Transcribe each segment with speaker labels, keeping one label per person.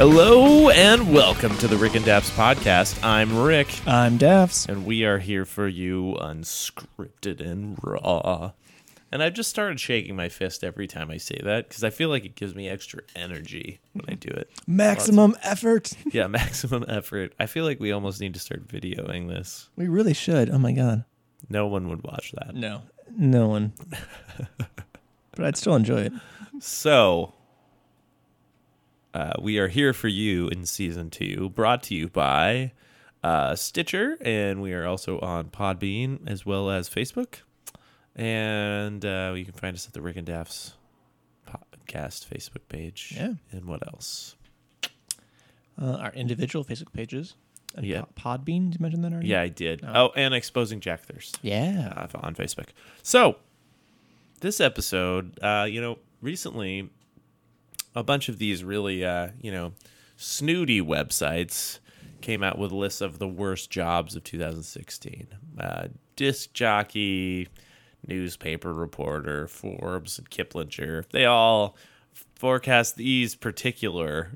Speaker 1: Hello and welcome to the Rick and Daps podcast. I'm Rick,
Speaker 2: I'm Daffs.
Speaker 1: and we are here for you unscripted and raw. And I've just started shaking my fist every time I say that because I feel like it gives me extra energy when I do it.
Speaker 2: Maximum effort.
Speaker 1: Yeah, maximum effort. I feel like we almost need to start videoing this.
Speaker 2: We really should. Oh my god.
Speaker 1: No one would watch that.
Speaker 2: No. No one. but I'd still enjoy it.
Speaker 1: So, uh, we are here for you in season two, brought to you by uh, Stitcher, and we are also on Podbean as well as Facebook. And uh, you can find us at the Rick and Daff's podcast Facebook page.
Speaker 2: Yeah.
Speaker 1: And what else?
Speaker 2: Uh, our individual Facebook pages. And
Speaker 1: Yeah.
Speaker 2: Po- Podbean. Did you mention that already?
Speaker 1: Yeah, I did. Oh, and exposing Jack Thirst.
Speaker 2: Yeah.
Speaker 1: uh, on Facebook. So, this episode, uh, you know, recently, a bunch of these really, uh, you know, snooty websites came out with lists of the worst jobs of 2016. Uh, disc jockey, newspaper reporter, Forbes, and Kiplinger. They all forecast these particular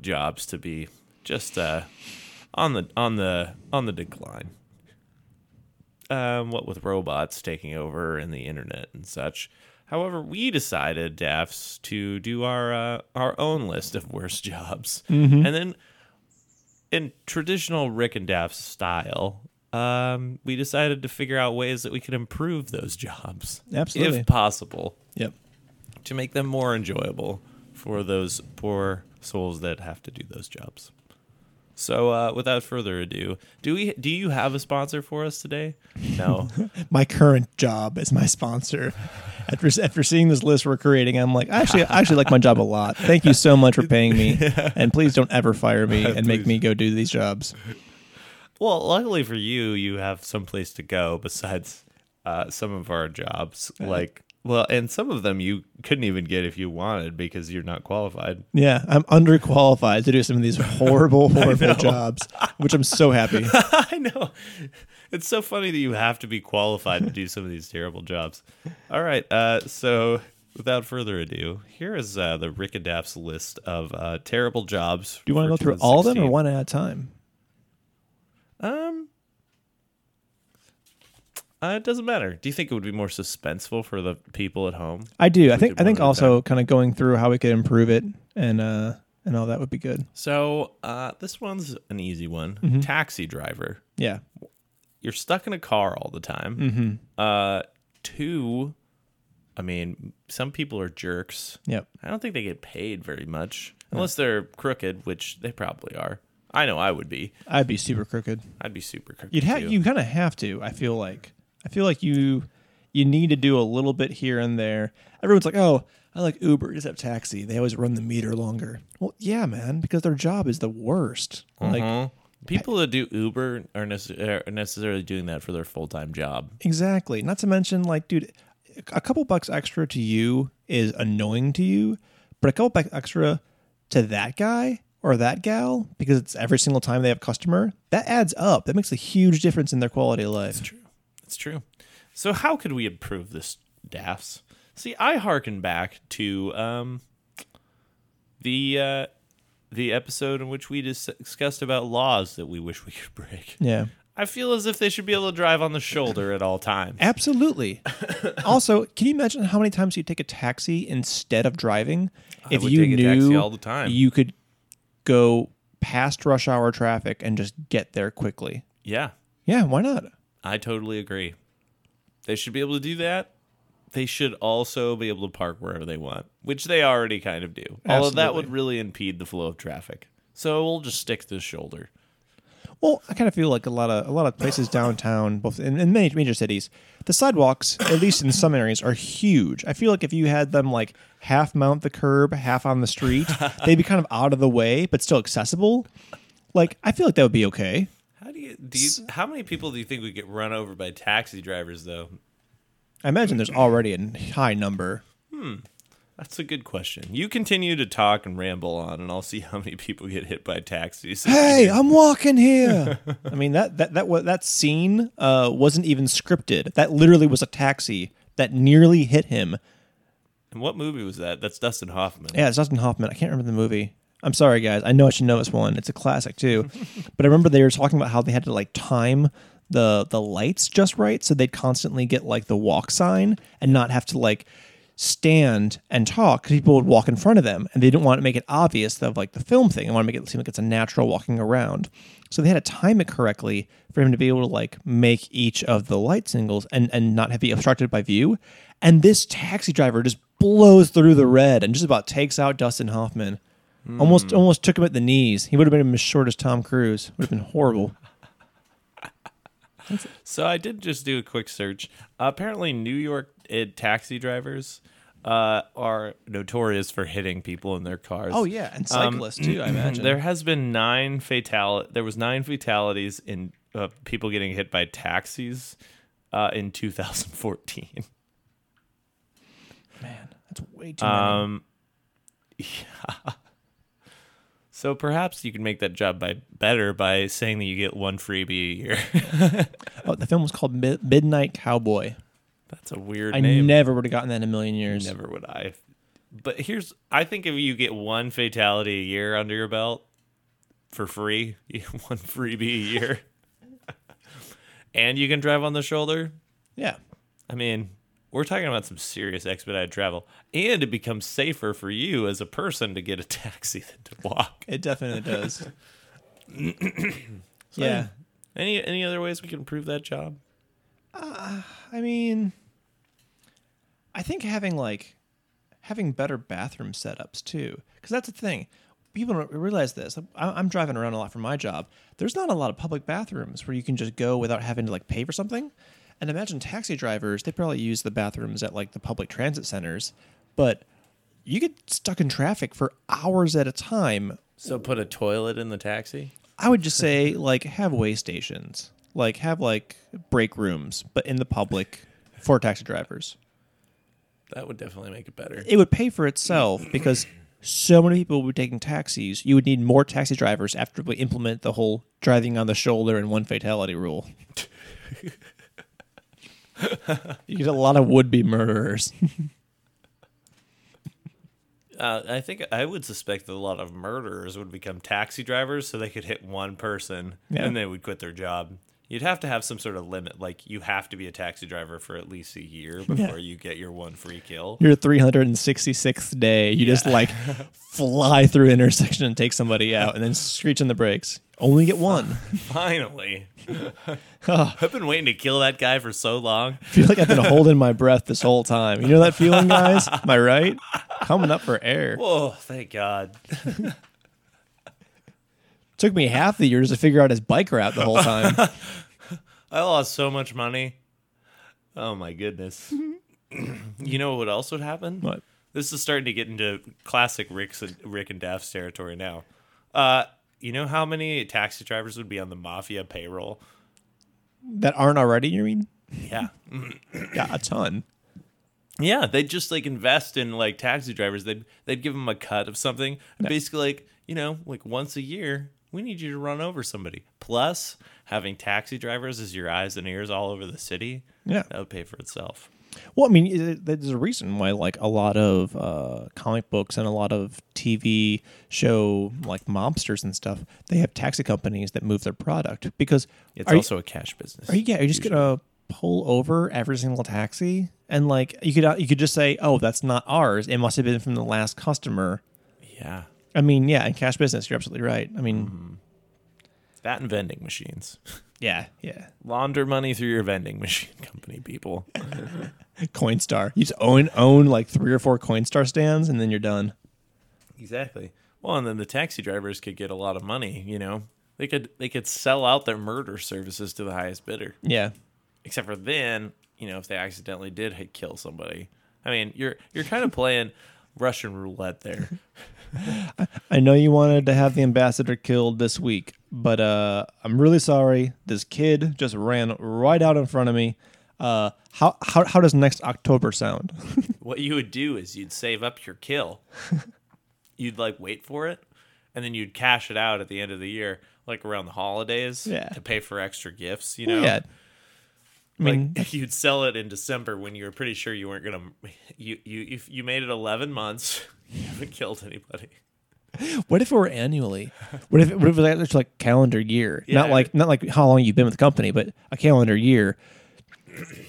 Speaker 1: jobs to be just uh, on the on the on the decline um, what with robots taking over and the internet and such. However, we decided, Dafts, to do our uh, our own list of worst jobs, and then in traditional Rick and Daft style, um, we decided to figure out ways that we could improve those jobs,
Speaker 2: Absolutely.
Speaker 1: if possible,
Speaker 2: Yep.
Speaker 1: to make them more enjoyable for those poor souls that have to do those jobs. So, uh, without further ado, do we do you have a sponsor for us today? No.
Speaker 2: My current job is my sponsor. After, after seeing this list we're creating, I'm like, I actually, I actually like my job a lot. Thank you so much for paying me. And please don't ever fire me and make me go do these jobs.
Speaker 1: Well, luckily for you, you have someplace to go besides uh, some of our jobs. Like, well, and some of them you couldn't even get if you wanted because you're not qualified.
Speaker 2: Yeah, I'm underqualified to do some of these horrible, horrible jobs, which I'm so happy.
Speaker 1: I know. It's so funny that you have to be qualified to do some of these terrible jobs. All right. Uh, so, without further ado, here is uh, the Rick Adapts list of uh, terrible jobs.
Speaker 2: Do you want to go through all of them or one at a time?
Speaker 1: Um, uh, it doesn't matter. Do you think it would be more suspenseful for the people at home?
Speaker 2: I do. I think.
Speaker 1: do
Speaker 2: I think
Speaker 1: one at a
Speaker 2: also kind of going through how we could improve it and uh and all that would be good.
Speaker 1: So uh, this one's an easy one.
Speaker 2: Mm-hmm.
Speaker 1: Taxi driver.
Speaker 2: Yeah.
Speaker 1: You're stuck in a car all the time.
Speaker 2: Mm-hmm.
Speaker 1: Uh, two, I mean, some people are jerks.
Speaker 2: Yep.
Speaker 1: I don't think they get paid very much unless they're crooked, which they probably are. I know I would be.
Speaker 2: I'd be super crooked.
Speaker 1: I'd be super crooked.
Speaker 2: You'd have.
Speaker 1: too.
Speaker 2: You kind of have to. I feel like. I feel like you. You need to do a little bit here and there. Everyone's like, "Oh, I like Uber. Just have taxi. They always run the meter longer." Well, yeah, man, because their job is the worst. Like,
Speaker 1: Mhm. People that do Uber are, necess- are necessarily doing that for their full time job.
Speaker 2: Exactly. Not to mention, like, dude, a couple bucks extra to you is annoying to you, but a couple bucks extra to that guy or that gal because it's every single time they have a customer that adds up. That makes a huge difference in their quality of life.
Speaker 1: It's true. It's true. So how could we improve this, Daffs? See, I hearken back to um, the uh, the episode in which we dis- discussed about laws that we wish we could break.
Speaker 2: Yeah,
Speaker 1: I feel as if they should be able to drive on the shoulder at all times.
Speaker 2: absolutely. also, can you imagine how many times you take a taxi instead of driving? if
Speaker 1: would
Speaker 2: you
Speaker 1: take a
Speaker 2: knew
Speaker 1: taxi all the time.
Speaker 2: you could go past rush hour traffic and just get there quickly.
Speaker 1: Yeah,
Speaker 2: Yeah, why not?
Speaker 1: I totally agree. They should be able to do that. They should also be able to park wherever they want, which they already kind of do. Although that would really impede the flow of traffic. So we'll just stick to the shoulder.
Speaker 2: Well, I kind of feel like a lot of a lot of places downtown, both in, in many major cities, the sidewalks, at least in some areas, are huge. I feel like if you had them like half mount the curb, half on the street, they'd be kind of out of the way, but still accessible. Like I feel like that would be okay.
Speaker 1: How do you do? You, how many people do you think would get run over by taxi drivers, though?
Speaker 2: I imagine there's already a high number.
Speaker 1: That's a good question. You continue to talk and ramble on, and I'll see how many people get hit by taxis.
Speaker 2: Hey, I'm walking here. I mean that that that wa- that scene uh, wasn't even scripted. That literally was a taxi that nearly hit him.
Speaker 1: And what movie was that? That's Dustin Hoffman.
Speaker 2: Yeah, it's Dustin Hoffman. I can't remember the movie. I'm sorry, guys. I know I should know this one. It's a classic too. but I remember they were talking about how they had to like time the the lights just right, so they'd constantly get like the walk sign and not have to like stand and talk 'cause people would walk in front of them and they didn't want to make it obvious of like the film thing. They want to make it seem like it's a natural walking around. So they had to time it correctly for him to be able to like make each of the light singles and and not have be obstructed by view. And this taxi driver just blows through the red and just about takes out Dustin Hoffman. Almost almost took him at the knees. He would have been as short as Tom Cruise. Would have been horrible.
Speaker 1: So I did just do a quick search. Uh, apparently, New York uh, taxi drivers uh, are notorious for hitting people in their cars.
Speaker 2: Oh yeah, and cyclists too. I imagine.
Speaker 1: Um, There has been nine fatal. There was nine fatalities in uh, people getting hit by taxis uh, in 2014.
Speaker 2: Man, that's way too. many.
Speaker 1: Um, yeah. So perhaps you can make that job by better by saying that you get one freebie a year.
Speaker 2: Oh, the film was called Mid- Midnight Cowboy.
Speaker 1: That's a weird
Speaker 2: I
Speaker 1: name.
Speaker 2: never would have gotten that in a million years.
Speaker 1: Never would I. But here's, I think if you get one fatality a year under your belt for free, you get one freebie a year, and you can drive on the shoulder.
Speaker 2: Yeah.
Speaker 1: I mean, we're talking about some serious expedited travel, and it becomes safer for you as a person to get a taxi than to walk.
Speaker 2: It definitely does. yeah.
Speaker 1: Any any other ways we can improve that job?
Speaker 2: I mean, I think having like having better bathroom setups too, because that's the thing. People don't realize this. I- I'm driving around a lot for my job. There's not a lot of public bathrooms where you can just go without having to like pay for something. And imagine taxi drivers, they probably use the bathrooms at like the public transit centers, but you get stuck in traffic for hours at a time
Speaker 1: So put a toilet in the taxi.
Speaker 2: I would just say like have way stations, like have like break rooms, but in the public for taxi drivers.
Speaker 1: That would definitely make it better.
Speaker 2: It would pay for itself because so many people would be taking taxis. You would need more taxi drivers after we implement the whole driving on the shoulder and one fatality rule. you get a lot of would-be murderers.
Speaker 1: Uh, I think I would suspect that a lot of murderers would become taxi drivers so they could hit one person
Speaker 2: Yeah.
Speaker 1: and they would quit their job. You'd have to have some sort of limit, like you have to be a taxi driver for at least a year before you get your one free kill.
Speaker 2: Your 366th day, you just like fly through an intersection and take somebody out, and then screech on the brakes. Only get one.
Speaker 1: Finally,
Speaker 2: Oh.
Speaker 1: I've been waiting to kill that guy for so long.
Speaker 2: feel like I've been holding my breath this whole time. You know that feeling, guys? Am I right? Coming up for air.
Speaker 1: Oh, thank God!
Speaker 2: Took me half the year just to figure out his bike route the whole time.
Speaker 1: I lost so much money. Oh my goodness! you know what else would happen?
Speaker 2: Mm-hmm. What?
Speaker 1: This is starting to get into classic Rick's Rick and Daff's territory now. Uh, you know how many taxi drivers would be on the mafia payroll?
Speaker 2: That aren't already, you mean?
Speaker 1: Yeah,
Speaker 2: Yeah, a ton.
Speaker 1: yeah. They would just like invest in like taxi drivers. They'd they'd give them a cut of something. And Basically, like you know, like once a year, we need you to run over somebody. Plus, having taxi drivers as your eyes and ears all over the city.
Speaker 2: Yeah.
Speaker 1: that would pay for itself.
Speaker 2: Well, I mean, i- i- there's a reason why like a lot of uh, comic books and a lot of TV show like mobsters and stuff, they have taxi companies that move their product because
Speaker 1: It's
Speaker 2: are you-
Speaker 1: also a cash business.
Speaker 2: Are you, yeah, are you just gonna pull over every single taxi and like you could you could just say, oh, that's not ours. It must have been from the last customer.
Speaker 1: yeah,
Speaker 2: I mean, yeah, in cash business, you're absolutely right. I mean,
Speaker 1: that and vending machines.
Speaker 2: yeah, yeah.
Speaker 1: Launder money through your vending machine company, people.
Speaker 2: Coinstar, you just own own like three or four Coinstar stands, and then you're done.
Speaker 1: Exactly. Well, and then the taxi drivers could get a lot of money, you know. They could they could sell out their murder services to the highest bidder.
Speaker 2: Yeah,
Speaker 1: Except for then, you know, if they accidentally did hit kill somebody. I mean, you're you're kind of playing Russian roulette there.
Speaker 2: I know you wanted to have the ambassador killed this week, but uh, I'm really sorry. This kid just ran right out in front of me. Uh, how how how does next October sound?
Speaker 1: what you would do is you'd save up your kill. you'd like wait for it, and then you'd cash it out at the end of the year, like around the holidays,
Speaker 2: Yeah.
Speaker 1: to pay for extra gifts. You know,
Speaker 2: Yeah, I mean,
Speaker 1: like you'd sell it in December when you were pretty sure you weren't gonna. You you if you made it eleven months, you haven't killed anybody.
Speaker 2: What if it were annually? What if what if it's like calendar year, not
Speaker 1: Yeah.
Speaker 2: like not like how long you've been with the company, but a calendar year?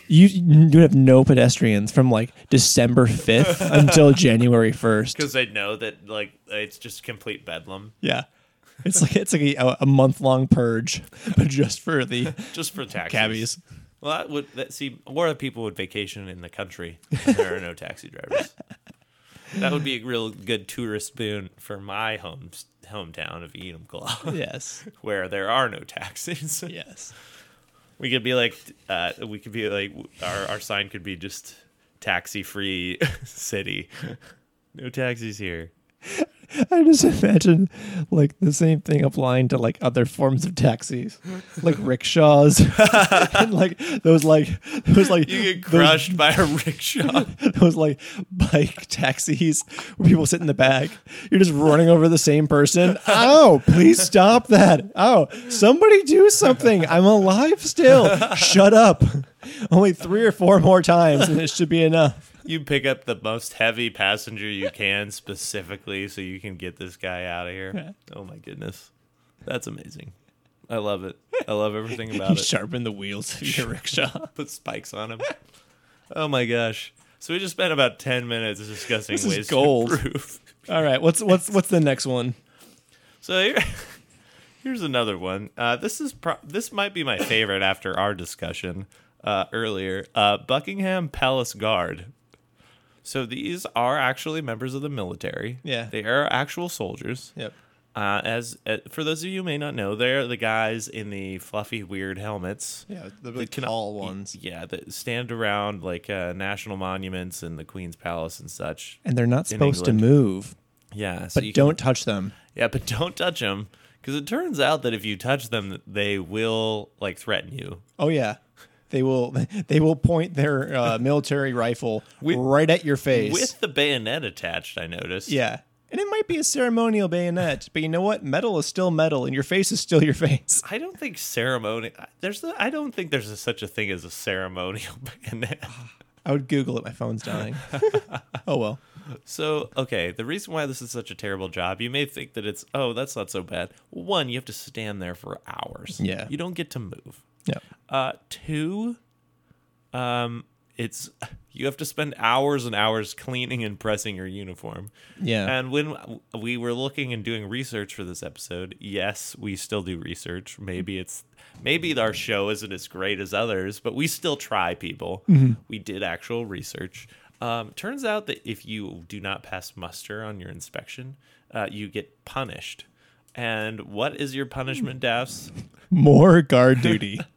Speaker 2: You you would have no pedestrians from like December fifth until January first.
Speaker 1: because they know that like it's just complete bedlam
Speaker 2: Yeah, it's like it's like a, a month long purge, but just for the
Speaker 1: just for taxis.
Speaker 2: cabbies.
Speaker 1: Well, that would that see more people would vacation in the country. When there are no taxi drivers. That would be a real good tourist boon for my home hometown of Enumclaw,
Speaker 2: Yes,
Speaker 1: where there are no taxis.
Speaker 2: yes.
Speaker 1: We could be like, uh, we could be like, our our sign could be just taxi free city. No taxis here.
Speaker 2: I just imagine like the same thing applying to like other forms of taxis, like rickshaws, and like those like those like
Speaker 1: You get
Speaker 2: those
Speaker 1: crushed by a rickshaw.
Speaker 2: those like bike taxis where people sit in the back. You're just running over the same person. Oh, please stop that. Oh, somebody do something. I'm alive still. Shut up. Only three or four more times and it should be enough.
Speaker 1: You pick up the most heavy passenger you can specifically so you can get this guy out of here. Oh my goodness. That's amazing. I love it. I love everything
Speaker 2: You
Speaker 1: about it.
Speaker 2: sharpen the wheels of your rickshaw.
Speaker 1: Put spikes on him. Oh my gosh. So we just spent about 10 minutes discussing
Speaker 2: This is
Speaker 1: ways
Speaker 2: gold.
Speaker 1: to improve.
Speaker 2: All right, what's what's what's the next one?
Speaker 1: So here, here's another one. Uh, this is pro- this might be my favorite after our discussion uh, earlier. Uh, Buckingham Palace Guard. So these are actually members of the military.
Speaker 2: Yeah.
Speaker 1: they are actual soldiers.
Speaker 2: Yep.
Speaker 1: Uh, as uh, for those of you who may not know, they're the guys in the fluffy, weird helmets.
Speaker 2: Yeah, the
Speaker 1: that can- y- Yeah, that stand around like uh, national monuments and the Queen's Palace and such.
Speaker 2: And they're not
Speaker 1: In
Speaker 2: supposed to
Speaker 1: England.
Speaker 2: move,
Speaker 1: Yeah, so
Speaker 2: but
Speaker 1: you can-
Speaker 2: don't touch them.
Speaker 1: yeah, but don't touch them because it turns out that if you touch them, they will like threaten you.
Speaker 2: Oh yeah. They will they will point their uh, military rifle
Speaker 1: With-
Speaker 2: right at your face.
Speaker 1: With the bayonet attached, I noticed.
Speaker 2: yeah. And it might be a ceremonial bayonet, but you know what? Metal is still metal and your face is still your face.
Speaker 1: I don't think ceremony. There's the. I don't think there's a, such a thing as a ceremonial bayonet.
Speaker 2: I would Google it, my phone's dying. oh well.
Speaker 1: So okay, the reason why this is such a terrible job, you may think that it's oh that's not so bad. One, you have to stand there for hours.
Speaker 2: Yeah.
Speaker 1: you don't get to move.
Speaker 2: Yeah.
Speaker 1: Uh, two, um, it's you have to spend hours and hours cleaning and pressing your uniform.
Speaker 2: Yeah.
Speaker 1: And when we were looking and doing research for this episode, yes, we still do research. Maybe it's maybe our show isn't as great as others, but we still try. People, we did actual research. Um, turns out that if you do not pass muster on your inspection, uh, you get punished. And what is your punishment, Daphs?
Speaker 2: More guard duty.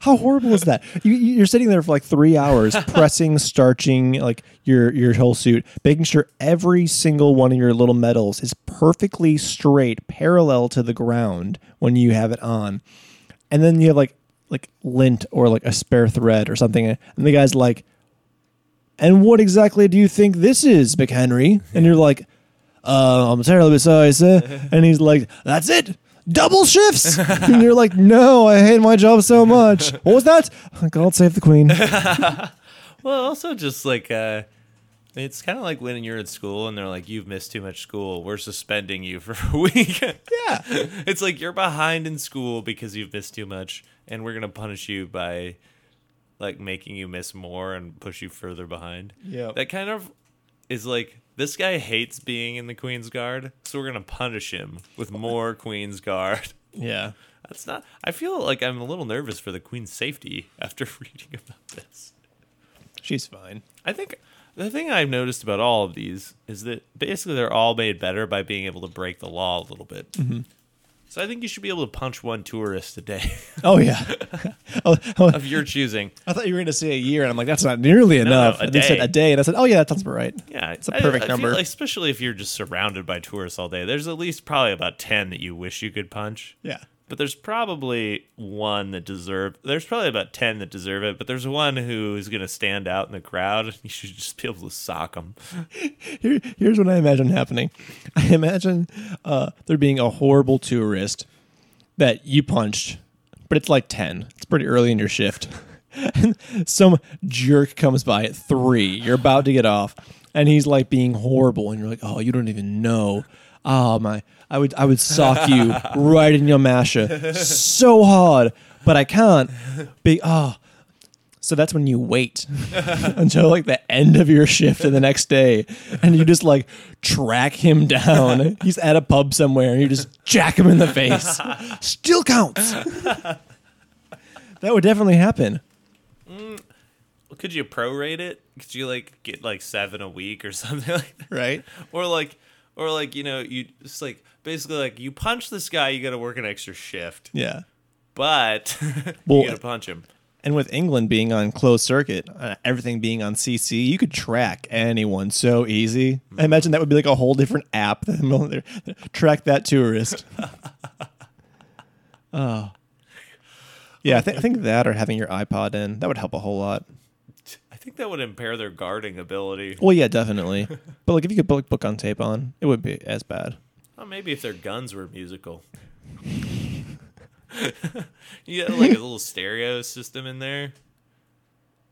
Speaker 2: How horrible is that? You, you- you're sitting there for like three hours, pressing, starching, like your your whole suit, making sure every single one of your little medals is perfectly straight, parallel to the ground when you have it on, and then you have like like lint or like a spare thread or something, and the guy's like, "And what exactly do you think this is, McHenry?" And you're like, uh, I'm terribly sorry, sir. And he's like, that's it. Double shifts. and you're like, no, I hate my job so much. What was that? God save the queen.
Speaker 1: Well, also just like uh it's kind of like when you're at school and they're like, "You've missed too much school. We're suspending you for a week."
Speaker 2: yeah.
Speaker 1: it's like you're behind in school because you've missed too much, and we're gonna punish you by like making you miss more and push you further behind.
Speaker 2: Yeah.
Speaker 1: that kind of is like this guy hates being in the Queen's Guard, so we're gonna punish him with more Queen's Guard.
Speaker 2: Yeah.
Speaker 1: That's not. I feel like I'm a little nervous for the Queen's safety after reading about this.
Speaker 2: She's fine.
Speaker 1: I think the thing I've noticed about all of these is that basically they're all made better by being able to break the law a little bit.
Speaker 2: Mm-hmm.
Speaker 1: So I think you should be able to punch one tourist a day
Speaker 2: Oh, yeah. oh, oh,
Speaker 1: of your choosing.
Speaker 2: I thought you were going to say a year, and I'm like, that's not nearly enough.
Speaker 1: no, a
Speaker 2: and they said
Speaker 1: day.
Speaker 2: a day, and I said, oh, yeah, that sounds about right.
Speaker 1: Yeah,
Speaker 2: It's a
Speaker 1: I-
Speaker 2: perfect
Speaker 1: I feel
Speaker 2: number.
Speaker 1: like especially if you're just surrounded by tourists all day. There's at least probably about ten that you wish you could punch.
Speaker 2: Yeah.
Speaker 1: But there's probably one that deserve. There's probably about ten that deserve it, but there's one who is going to stand out in the crowd. You should just be able to sock him.
Speaker 2: Here, here's what I imagine happening. I imagine uh, there being a horrible tourist that you punched, but it's like ten. It's pretty early in your shift. and some jerk comes by at three. You're about to get off, and he's like being horrible, and you're like, oh, you don't even know. Oh my, I would I would sock you right in your masher so hard, but I can't. Be oh. So that's when you wait until like the end of your shift the next day, and you just like track him down. He's at a pub somewhere, and you just jack him in the face. Still counts. that would definitely happen.
Speaker 1: Could you prorate it? Could you like get like seven a week or something like that?
Speaker 2: Right.
Speaker 1: Or like, or like you know, you just like basically like you punch this guy, you got to work an extra shift,
Speaker 2: Yeah.
Speaker 1: but
Speaker 2: Well,
Speaker 1: you got to punch him.
Speaker 2: And with England being on closed circuit, uh, everything being on CC, you could track anyone so easy. I imagine that would be like a whole different app. track that tourist. oh. Yeah, I, thi- I think that or having your iPod in, that would help a whole lot.
Speaker 1: I think that would impair their guarding ability.
Speaker 2: Well, yeah, definitely. but like if you could book, book on tape on, it wouldn't be as bad.
Speaker 1: Well, maybe if their guns were musical. you got like a little stereo system in there.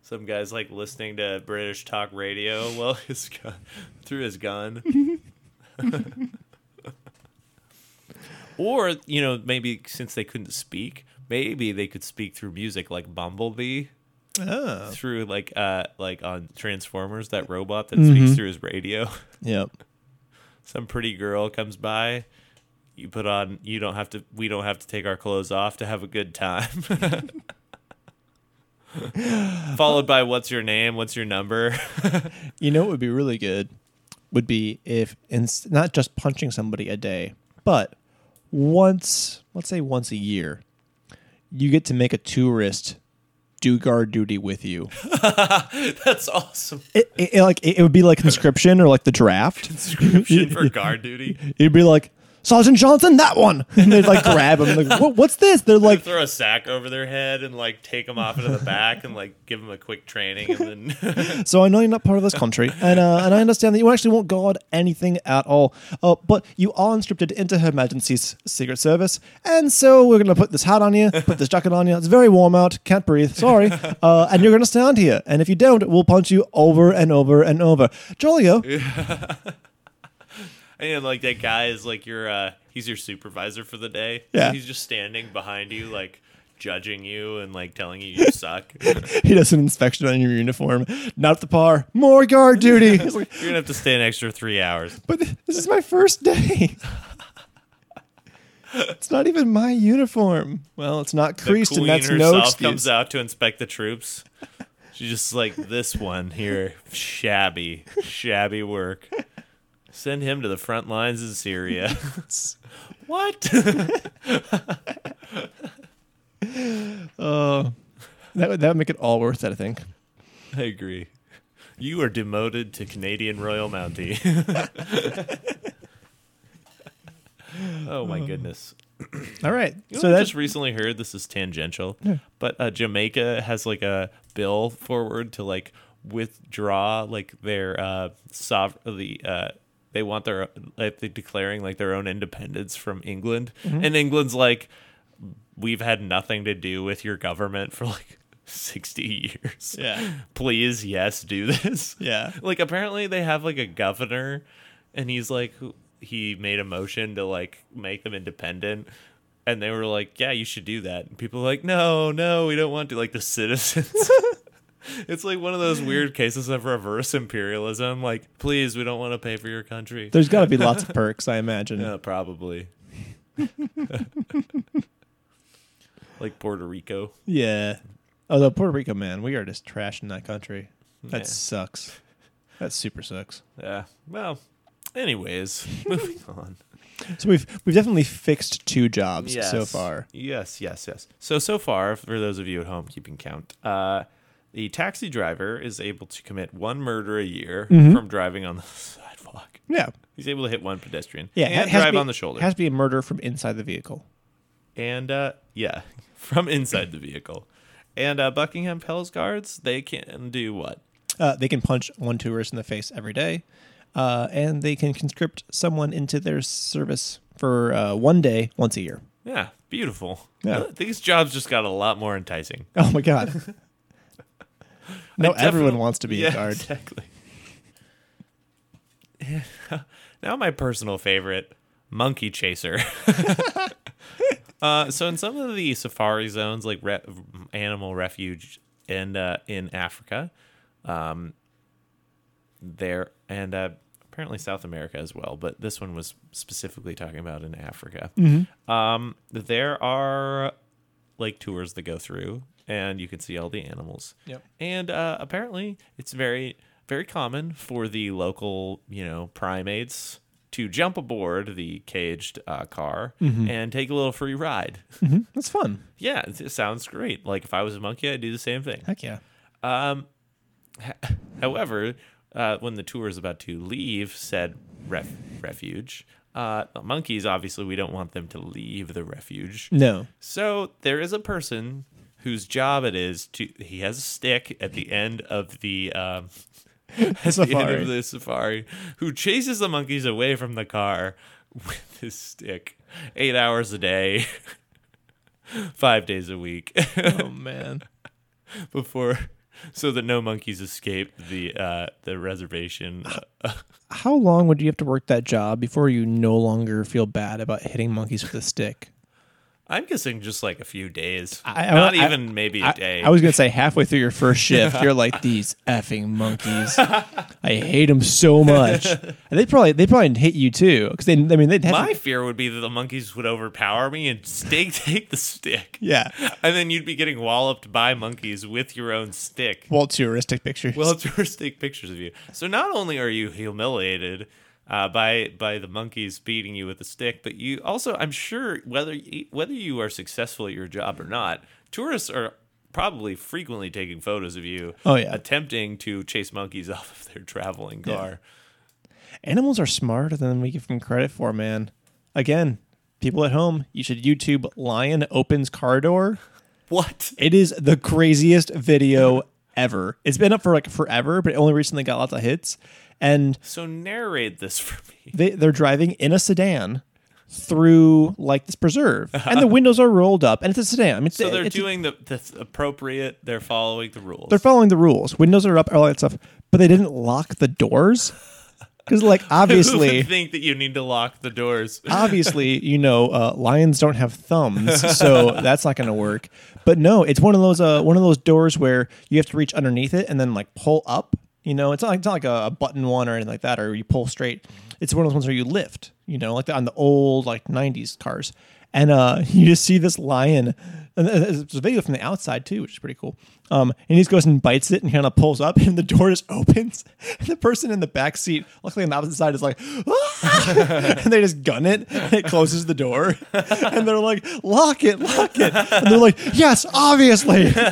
Speaker 1: Some guy's like listening to British talk radio while his gun through his gun. or, you know, maybe since they couldn't speak, maybe they could speak through music like Bumblebee
Speaker 2: Oh.
Speaker 1: through like uh like on Transformers, that robot that speaks through his radio
Speaker 2: Yep.
Speaker 1: some pretty girl comes by you put on you don't have to we don't have to take our clothes off to have a good time followed by what's your name what's your number
Speaker 2: You know what would be really good would be if in, not just punching somebody a day, but once, let's say once a year, you get to make a tourist do guard duty with you.
Speaker 1: that's awesome
Speaker 2: It, it- it like it, it would be like conscription or like the draft.
Speaker 1: description for guard duty
Speaker 2: You'd be like Sergeant Johnson, that one, and they'd like grab him. Like, what, what's this? They're like,
Speaker 1: throw a sack over their head and like take them off into the back and like give them a quick training and then
Speaker 2: So I know you're not part of this country, and uh, and I understand that you actually won't guard anything at all. Uh, but you are inscripted into Her Majesty's Secret Service, and so we're going to put this hat on you, put this jacket on you. It's very warm out, can't breathe. Sorry, uh, and you're going to stand here, and if you don't, we'll punch you over and over and over. Jolio,
Speaker 1: and like that guy is like your uh he's your supervisor for the day
Speaker 2: Yeah.
Speaker 1: he's just standing behind you like judging you and like telling you you suck
Speaker 2: he does an inspection on your uniform, not up to par, more guard duty. He's like,
Speaker 1: You're gonna have to stay an extra three hours.
Speaker 2: but th- this is my first day. It's not even my uniform. Well, it's not creased, and that's no excuse.
Speaker 1: comes out to inspect the troops. She's just like this one here, shabby, shabby work. Send him to the front lines in Syria. what?
Speaker 2: Oh, that would that would make it all worth it. I think.
Speaker 1: I agree. You are demoted to Canadian Royal Mountie. oh my goodness.
Speaker 2: All right,
Speaker 1: You know
Speaker 2: so
Speaker 1: what I
Speaker 2: that's
Speaker 1: just recently heard this is tangential, but uh, Jamaica has like a bill forward to like withdraw like their uh, sov- the uh, they want their like they're declaring like their own independence from England,
Speaker 2: Mm-hmm.
Speaker 1: and England's like we've had nothing to do with your government for like sixty years.
Speaker 2: Yeah.
Speaker 1: please, yes, do this.
Speaker 2: Yeah.
Speaker 1: like apparently they have like a governor, and he's like who- he made a motion to like make them independent. And they were like, "Yeah, you should do that." And people were like, "No, no, we don't want to." Like the citizens, it's like one of those weird cases of reverse imperialism. Like, please, we don't want to pay for your country.
Speaker 2: there's got to be lots of perks, I imagine.
Speaker 1: Uh, probably. like Puerto Rico.
Speaker 2: Yeah. Although Puerto Rico, man, we are just trashing that country. That
Speaker 1: Yeah.
Speaker 2: sucks. That super sucks.
Speaker 1: Yeah. Well, anyways, moving on.
Speaker 2: So we've we've definitely fixed two jobs so far.
Speaker 1: Yes, yes, yes. So so far, for those of you at home keeping count, uh, the taxi driver is able to commit one murder a year
Speaker 2: Mm-hmm.
Speaker 1: from driving on the sidewalk.
Speaker 2: Yeah.
Speaker 1: He's able to hit one pedestrian.
Speaker 2: Yeah. it
Speaker 1: and
Speaker 2: has to
Speaker 1: drive
Speaker 2: be-
Speaker 1: on the shoulder.
Speaker 2: Has to be a murder from inside the vehicle.
Speaker 1: and uh, yeah, from inside the vehicle. And uh, Buckingham Palace guards, they can do what?
Speaker 2: Uh, they can punch one tourist in the face every day, uh, and they can conscript someone into their service for uh, one day once a year.
Speaker 1: Yeah, beautiful.
Speaker 2: Yeah.
Speaker 1: These jobs just got a lot more enticing.
Speaker 2: Oh my god. no,
Speaker 1: I definitely-
Speaker 2: everyone wants to be a guard.
Speaker 1: exactly. now my personal favorite, Monkey Chaser. uh, so in some of the safari zones, like re- animal refuge and uh, in Africa, um, there and uh, apparently South America as well, but this one was specifically talking about in Africa. Um, there are like tours that go through, and you can see all the animals.
Speaker 2: Yep.
Speaker 1: And uh, apparently, it's very very common for the local you know primates to jump aboard the caged uh, car and take a little free ride.
Speaker 2: That's fun.
Speaker 1: yeah, it it sounds great. Like if I was a monkey, I'd do the same thing.
Speaker 2: Heck yeah.
Speaker 1: However, uh, when the tour is about to leave said ref- refuge, uh, the monkeys obviously we don't want them to leave the refuge.
Speaker 2: No.
Speaker 1: So there is a person whose job it is to. He has a stick at the end of the. Um, at the end
Speaker 2: Safari.
Speaker 1: of the safari, who chases the monkeys away from the car with his stick, eight hours a day, five days a week,
Speaker 2: oh man.
Speaker 1: before, so that no monkeys escape the uh, the reservation.
Speaker 2: How long would you have to work that job before you no longer feel bad about hitting monkeys with a stick?
Speaker 1: I'm guessing just like a few days,
Speaker 2: I- I-
Speaker 1: not
Speaker 2: I-
Speaker 1: even maybe a
Speaker 2: I-
Speaker 1: day.
Speaker 2: I, was gonna say halfway through your first shift, you're like these effing monkeys. I hate them so much. And they probably they probably hit you too because they I mean they'd have
Speaker 1: My fear would be that the monkeys would overpower me and stick take the stick.
Speaker 2: yeah.
Speaker 1: And then you'd be getting walloped by monkeys with your own stick.
Speaker 2: Well, touristic pictures.
Speaker 1: Well, tourists take pictures of you. So not only are you humiliated uh, by by the monkeys beating you with a stick, but you also, I'm sure, whether you, whether you are successful at your job or not, tourists are probably frequently taking photos of you.
Speaker 2: Oh, yeah.
Speaker 1: attempting to chase monkeys off of their traveling car.
Speaker 2: animals are smarter than we give them credit for, man. Again, people at home, you should YouTube lion opens car door.
Speaker 1: What?
Speaker 2: It is the craziest video ever. It's been up for like forever, but it only recently got lots of hits. And
Speaker 1: So narrate this for me.
Speaker 2: they, they're driving in a sedan through like this preserve, and the windows are rolled up, and it's a sedan. I mean, it's,
Speaker 1: So they're
Speaker 2: it's-
Speaker 1: doing the, the appropriate. They're following the rules.
Speaker 2: they're following the rules. Windows are up, all that stuff, but they didn't lock the doors because, like,
Speaker 1: Who
Speaker 2: obviously.
Speaker 1: would think that you need to lock the doors?
Speaker 2: obviously, you know, uh, lions don't have thumbs, so that's not going to work. But no, it's one of those uh, one of those doors where you have to reach underneath it and then like pull up. You know, it's not like, it's not like a, a button one or anything like that, or you pull straight. It's one of those ones where you lift. You know, like the, on the old like '90s cars, and uh, you just see this lion. And there's a video from the outside too, which is pretty cool. Um, and he just goes and bites it and kind of pulls up, and the door just opens. And the person in the back seat, luckily on the opposite side, is like, "Ah!" and they just gun it, and it closes the door, and they're like, "Lock it, lock it," and they're like, "Yes, obviously."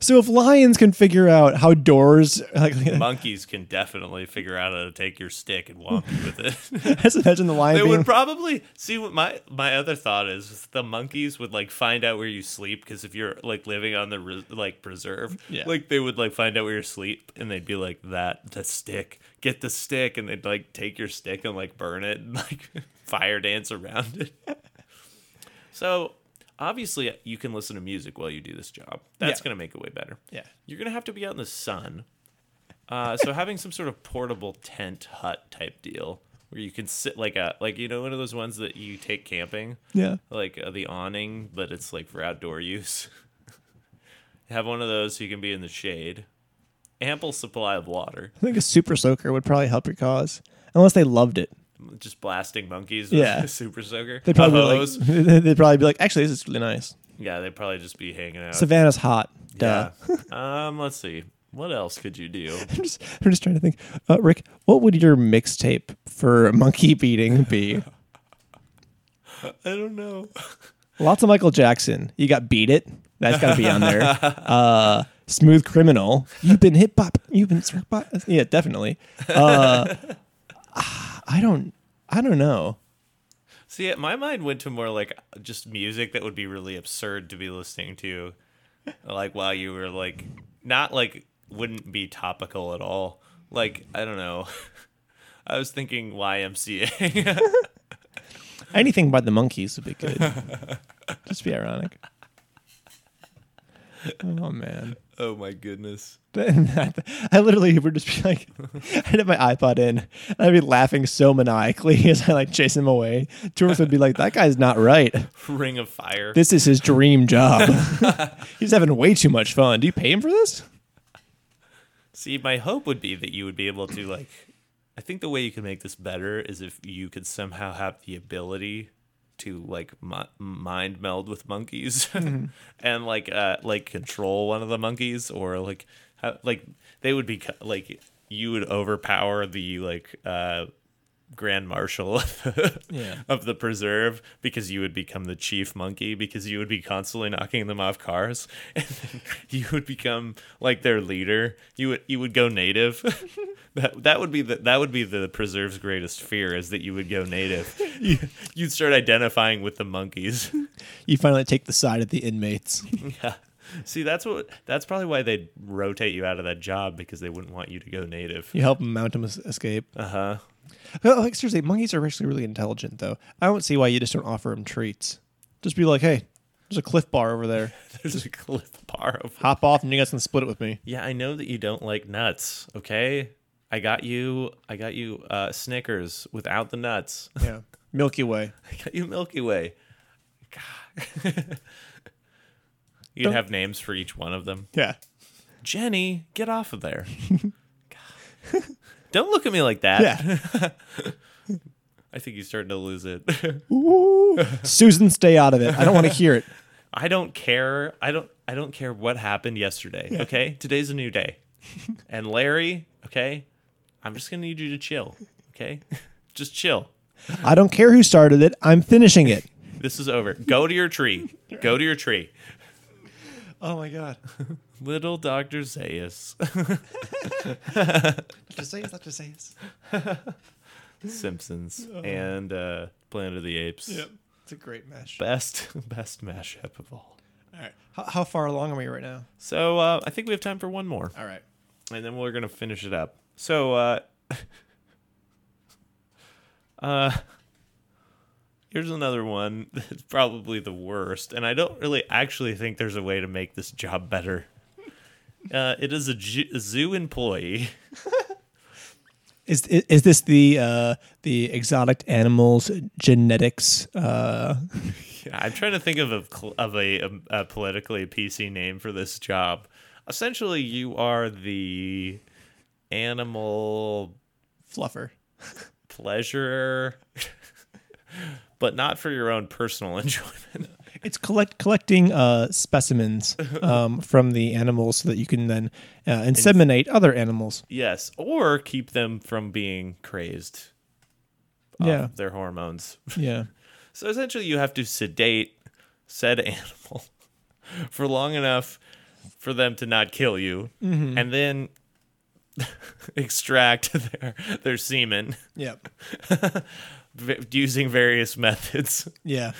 Speaker 2: so if lions can figure out how doors, like,
Speaker 1: Monkeys can definitely figure out how to take your stick and whomp you with it.
Speaker 2: I just imagine the lion
Speaker 1: They
Speaker 2: being
Speaker 1: would probably see what my my other thought is. The monkeys would like find out where you sleep because if you're like living on the res- like preserve,
Speaker 2: Yeah.
Speaker 1: like they would like find out where you sleep and they'd be like that the stick, get the stick, and they'd like take your stick and like burn it and like fire dance around it. So obviously, you can listen to music while you do this job. That's
Speaker 2: Yeah.
Speaker 1: gonna make it way better.
Speaker 2: Yeah.
Speaker 1: you're gonna have to be out in the sun. Uh, so having some sort of portable tent hut type deal where you can sit like a like you know one of those ones that you take camping,
Speaker 2: yeah.
Speaker 1: like uh, the awning, but it's like for outdoor use. have one of those so you can be in the shade. Ample supply of water.
Speaker 2: I think a super soaker would probably help your cause, unless they loved it.
Speaker 1: Just blasting monkeys.
Speaker 2: Yeah.
Speaker 1: With a super soaker.
Speaker 2: They'd probably
Speaker 1: A
Speaker 2: be
Speaker 1: hose.
Speaker 2: like, they'd probably be like, actually, this is really nice.
Speaker 1: yeah, they'd probably just be hanging out.
Speaker 2: Savannah's hot. Duh.
Speaker 1: yeah. um, let's see. What else could you do?
Speaker 2: I'm just, I'm just trying to think. Uh, Rick, what would your mixtape for monkey beating be?
Speaker 1: I don't know.
Speaker 2: Lots of Michael Jackson. You got Beat It. That's got to be on there. Uh, Smooth Criminal. You've been hip hop. You've been hip hop. Yeah, definitely. Uh, I don't. I don't know.
Speaker 1: See, my mind went to more like uh, just music that would be really absurd to be listening to, like while you were like not like wouldn't be topical at all. Like I don't know. I was thinking YMCA.
Speaker 2: Anything by the monkeys would be good. just be ironic. Oh man.
Speaker 1: Oh my goodness.
Speaker 2: I literally would just be like, I'd have my iPod in, and I'd be laughing so maniacally as I like chase him away. Tourists would be like, "That guy's not right.
Speaker 1: Ring of fire.
Speaker 2: This is his dream job. He's having way too much fun. Do you pay him for this?"
Speaker 1: See, my hope would be that you would be able to like I think the way you can make this better is if you could somehow have the ability to like mi- mind meld with monkeys and like uh like control one of the monkeys or like ha- like they would be co- like you would overpower the like uh grand marshal
Speaker 2: Yeah.
Speaker 1: of the preserve because you would become the chief monkey because you would be constantly knocking them off cars and then you would become like their leader you would you would go native that that would be the that would be the preserve's greatest fear is that you would go native you, you'd start identifying with the monkeys
Speaker 2: You finally take the side of the inmates.
Speaker 1: yeah see that's what that's probably why they'd rotate you out of that job because they wouldn't want you to go native
Speaker 2: You help them mount him es- escape.
Speaker 1: uh-huh
Speaker 2: No, like seriously, monkeys are actually really intelligent, though. I don't see why you just don't offer them treats. Just be like, hey, there's a cliff bar over there.
Speaker 1: there's a cliff bar over
Speaker 2: Hop off, and you guys can split it with me.
Speaker 1: Yeah, I know that you don't like nuts, okay? I got you I got you uh Snickers without the nuts.
Speaker 2: Yeah, Milky Way.
Speaker 1: I got you Milky Way. God. You'd
Speaker 2: Don't-
Speaker 1: have names for each one of them.
Speaker 2: Yeah,
Speaker 1: Jenny, get off of there. God. Don't look at me like that.
Speaker 2: yeah.
Speaker 1: I think you're starting to lose it.
Speaker 2: Ooh. Susan, stay out of it. I don't want to hear it.
Speaker 1: I don't care. I don't I don't care what happened yesterday, okay? Today's a new day. and Larry, okay? I'm just going to need you to chill, okay? Just chill.
Speaker 2: I don't care who started it. I'm finishing it.
Speaker 1: This is over. Go to your tree. Go to your tree.
Speaker 2: Oh my god.
Speaker 1: Little Dr. Zaius
Speaker 2: Dr. Sayus, Dr. Sayus.
Speaker 1: Simpsons and uh, Planet of the Apes.
Speaker 2: it's a great mesh.
Speaker 1: Best best mashup of all.
Speaker 2: All right, how, how far along are we right now?
Speaker 1: So uh, I think we have time for one more,
Speaker 2: All right.
Speaker 1: and then we're gonna finish it up. So, uh, uh, here's another one that's probably the worst, and I don't really actually think there's a way to make this job better. Uh, it is a ju- a zoo employee.
Speaker 2: Is is, is this the uh, the exotic animals genetics? Uh,
Speaker 1: Yeah, I'm trying to think of a cl- of a, um, a politically PC name for this job. Essentially, you are the animal
Speaker 2: fluffer.
Speaker 1: pleasurer, but not for your own personal enjoyment.
Speaker 2: It's collect collecting uh, specimens um, from the animals so that you can then uh, inseminate other animals.
Speaker 1: yes, or keep them from being crazed. off
Speaker 2: Yeah,
Speaker 1: their hormones.
Speaker 2: yeah.
Speaker 1: So essentially, you have to sedate said animal for long enough for them to not kill you, and then extract their their semen
Speaker 2: Yep.
Speaker 1: v- using various methods.
Speaker 2: Yeah.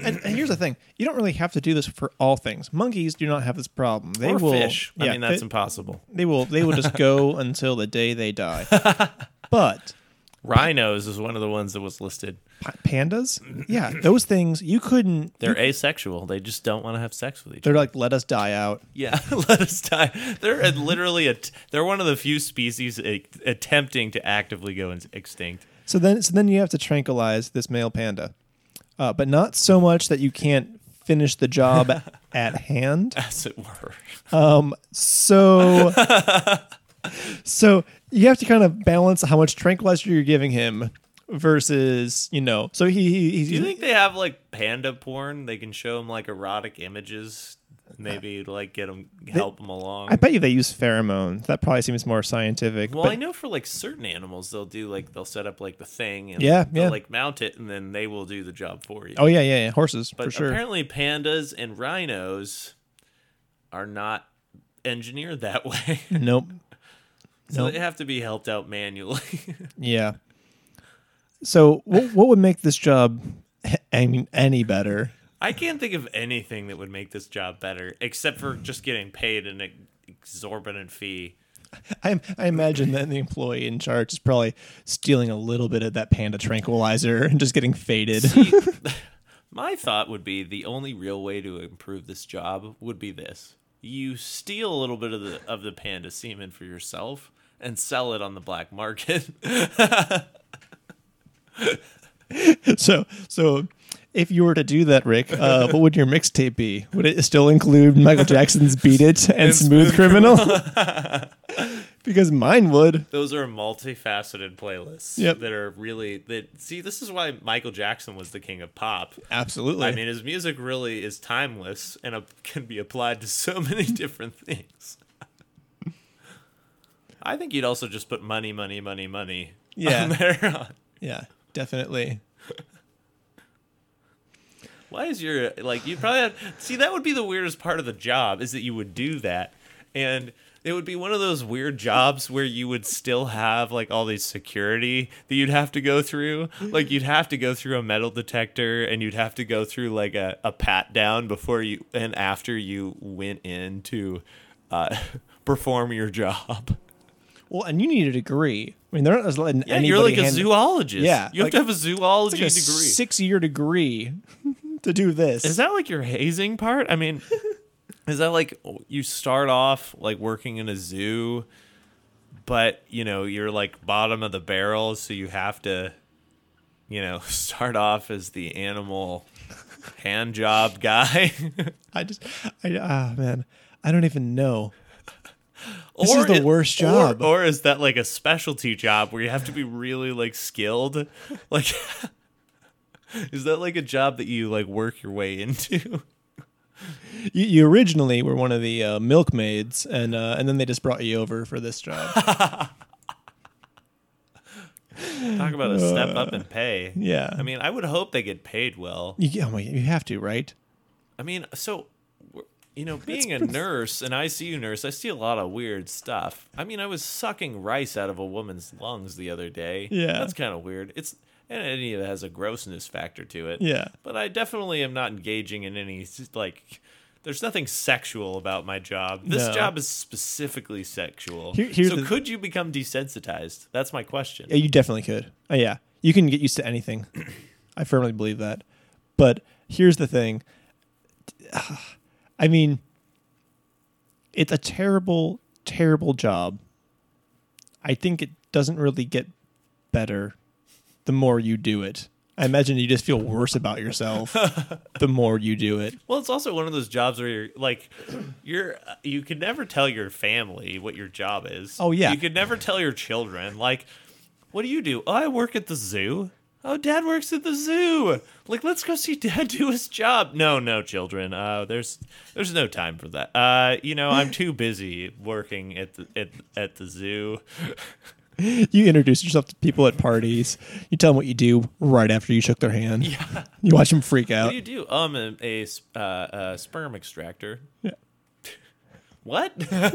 Speaker 2: And, and here's the thing: you don't really have to do this for all things. Monkeys do not have this problem. They
Speaker 1: or
Speaker 2: will
Speaker 1: fish. I
Speaker 2: yeah,
Speaker 1: mean, that's
Speaker 2: fi-
Speaker 1: impossible.
Speaker 2: they will they will just go until the day they die. But
Speaker 1: Rhinos is one of the ones that was listed.
Speaker 2: pa- pandas, yeah, those things you couldn't.
Speaker 1: They're asexual. They just don't want to have sex with each other.
Speaker 2: They're like, let us die out.
Speaker 1: Yeah, let us die. They're a- literally a. T- they're one of the few species a- attempting to actively go in- extinct.
Speaker 2: So then, so then you have to tranquilize this male panda, uh, but not so much that you can't finish the job at hand.
Speaker 1: as it were.
Speaker 2: Um, so, so you have to kind of balance how much tranquilizer you're giving him versus, you know. So he, he he's,
Speaker 1: Do you think they have like panda porn? They can show them like erotic images, maybe to like get them help them along.
Speaker 2: I bet you they use pheromones. That probably seems more scientific.
Speaker 1: well,
Speaker 2: but
Speaker 1: I know for like certain animals, they'll do like they'll set up like the thing and
Speaker 2: Yeah,
Speaker 1: they'll
Speaker 2: yeah.
Speaker 1: like mount it, and then they will do the job for you.
Speaker 2: oh yeah, yeah, yeah, horses
Speaker 1: but
Speaker 2: for sure.
Speaker 1: apparently, pandas and rhinos are not engineered that way,
Speaker 2: nope.
Speaker 1: so
Speaker 2: Nope.
Speaker 1: they have to be helped out manually.
Speaker 2: Yeah. So what what would make this job? I mean, any better?
Speaker 1: I can't think of anything that would make this job better, except for just getting paid an ex- exorbitant fee.
Speaker 2: I, I imagine that the employee in charge is probably stealing a little bit of that panda tranquilizer and just getting faded.
Speaker 1: My thought would be the only real way to improve this job would be this. you steal a little bit of the of the panda semen for yourself and sell it on the black market.
Speaker 2: So, so if you were to do that, Rick, uh, what would your mixtape be? Would it still include Michael Jackson's "Beat It" and, "Smooth, Criminal"? because mine would.
Speaker 1: Those are multifaceted playlists
Speaker 2: Yep.
Speaker 1: that are really that see this is why Michael Jackson was the king of pop.
Speaker 2: Absolutely.
Speaker 1: I mean, his music really is timeless and uh, can be applied to so many different things. I think you'd also just put money, money, money, money.
Speaker 2: Yeah.
Speaker 1: On there.
Speaker 2: yeah, definitely.
Speaker 1: Why is your like you probably have, see that would be the weirdest part of the job is that you would do that, and it would be one of those weird jobs where you would still have like all these security that you'd have to go through. Like you'd have to go through a metal detector, and you'd have to go through like a, a pat down before you and after you went in to uh, perform your job.
Speaker 2: Well, and you need a degree. I mean, they're not just letting
Speaker 1: Yeah,
Speaker 2: anybody.
Speaker 1: you're like a
Speaker 2: hand-
Speaker 1: zoologist.
Speaker 2: Yeah,
Speaker 1: you have
Speaker 2: like-
Speaker 1: to have a zoology
Speaker 2: like a
Speaker 1: degree.
Speaker 2: six-year degree to do this.
Speaker 1: Is that like your hazing part? I mean, is that like you start off like working in a zoo, but you know, you're like bottom of the barrel, so you have to, you know, start off as the animal hand job guy?
Speaker 2: I just, I ah man, I don't even know. This
Speaker 1: Or
Speaker 2: is the
Speaker 1: it-
Speaker 2: worst
Speaker 1: or-
Speaker 2: job.
Speaker 1: Or is that like a specialty job where you have to be really like skilled? Like, is that like a job that you like work your way into?
Speaker 2: You, you originally were one of the uh, milkmaids, and uh, and then they just brought you over for this job.
Speaker 1: Talk about a step up in pay.
Speaker 2: Uh, Yeah.
Speaker 1: I mean, I would hope they get paid well.
Speaker 2: you, oh my, you have to, right?
Speaker 1: I mean, so we're- you know, being a nurse, an ICU nurse, I see a lot of weird stuff. I mean, I was sucking rice out of a woman's lungs the other day.
Speaker 2: Yeah.
Speaker 1: that's kind of weird. It's and any of it has a grossness factor to it.
Speaker 2: Yeah.
Speaker 1: but I definitely am not engaging in any s- like. There's nothing sexual about my job. This
Speaker 2: No.
Speaker 1: job is specifically sexual.
Speaker 2: Here- here's
Speaker 1: so
Speaker 2: the-
Speaker 1: could you become desensitized? That's my question.
Speaker 2: Yeah, you definitely could. Oh, yeah, you can get used to anything. I firmly believe that. But here's the thing. I mean, it's a terrible, terrible job. I think it doesn't really get better the more you do it. I imagine you just feel worse about yourself the more you do it.
Speaker 1: Well, it's also one of those jobs where you're like, you're uh, you can never tell your family what your job is.
Speaker 2: Oh, yeah.
Speaker 1: you could never tell your children like, what do you do? Oh, I work at the zoo. Oh, Dad works at the zoo. Like, let's go see Dad do his job. No, no, children. Uh, there's there's no time for that. Uh, you know, I'm too busy working at the at, at the zoo.
Speaker 2: You introduce yourself to people at parties. You tell them what you do right after you shook their hand. Yeah. You watch them freak
Speaker 1: What
Speaker 2: out.
Speaker 1: do you do? Um, a, a, s- uh, a sperm extractor.
Speaker 2: Yeah.
Speaker 1: What? yeah,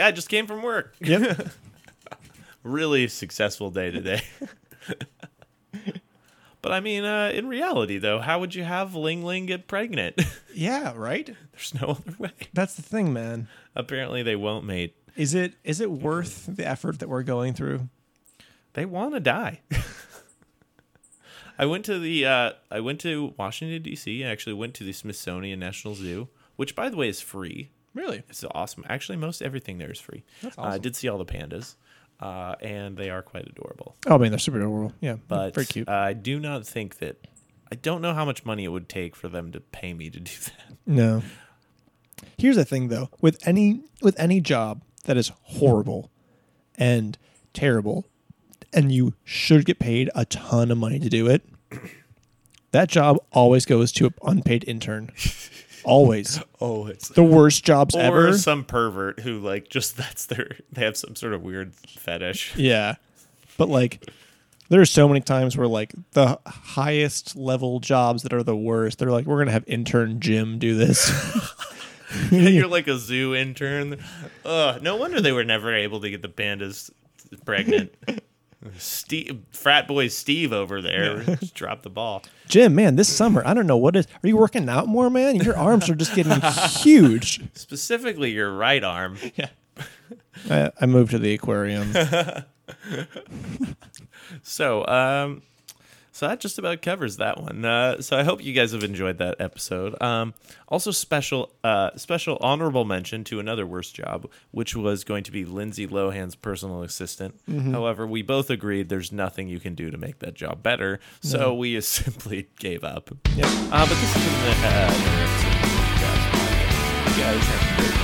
Speaker 1: I just came from work.
Speaker 2: Yep.
Speaker 1: really successful day today. but I mean, uh, in reality, though, how would you have Ling Ling get pregnant?
Speaker 2: yeah, right?
Speaker 1: There's no other way.
Speaker 2: That's the thing, man.
Speaker 1: Apparently, they won't mate.
Speaker 2: Is it is it worth the effort that we're going through?
Speaker 1: They want to die. I went to the uh, I went to Washington D.C. and actually went to the Smithsonian National Zoo, which by the way is free.
Speaker 2: Really?
Speaker 1: It's awesome. Actually, most everything there is free.
Speaker 2: That's
Speaker 1: Uh, I
Speaker 2: awesome.
Speaker 1: did see all the pandas, uh, and they are quite adorable.
Speaker 2: Oh man, they're super adorable. Yeah,
Speaker 1: but
Speaker 2: very cute.
Speaker 1: uh, I do not think that I don't know how much money it would take for them to pay me to do that.
Speaker 2: no. Here's the thing, though. With any with any job that is horrible and terrible, and you should get paid a ton of money to do it, that job always goes to an unpaid intern. always
Speaker 1: Oh, it's
Speaker 2: the worst jobs
Speaker 1: or
Speaker 2: ever.
Speaker 1: some pervert who like just that's their they have some sort of weird fetish.
Speaker 2: Yeah. But like there are so many times where like the highest level jobs that are the worst, they're like, we're gonna have intern Jim do this.
Speaker 1: You're like a zoo intern. Ugh, no wonder they were never able to get the pandas pregnant. Steve, frat boy Steve over there just dropped the ball.
Speaker 2: Jim, man, this summer, I don't know what is are you working out more, man? Your arms are just getting huge.
Speaker 1: Specifically, your right arm.
Speaker 2: Yeah. I, I moved to the aquarium.
Speaker 1: So, um, So that just about covers that one. Uh, so I hope you guys have enjoyed that episode. Um, also, special uh, special honorable mention to another worst job, which was going to be Lindsay Lohan's personal assistant. However, we both agreed there's nothing you can do to make that job better, so we simply gave up.
Speaker 2: Yep.
Speaker 1: Uh, but this is an, uh, another episode of Worst Jobs Podcast. You guys have a great day.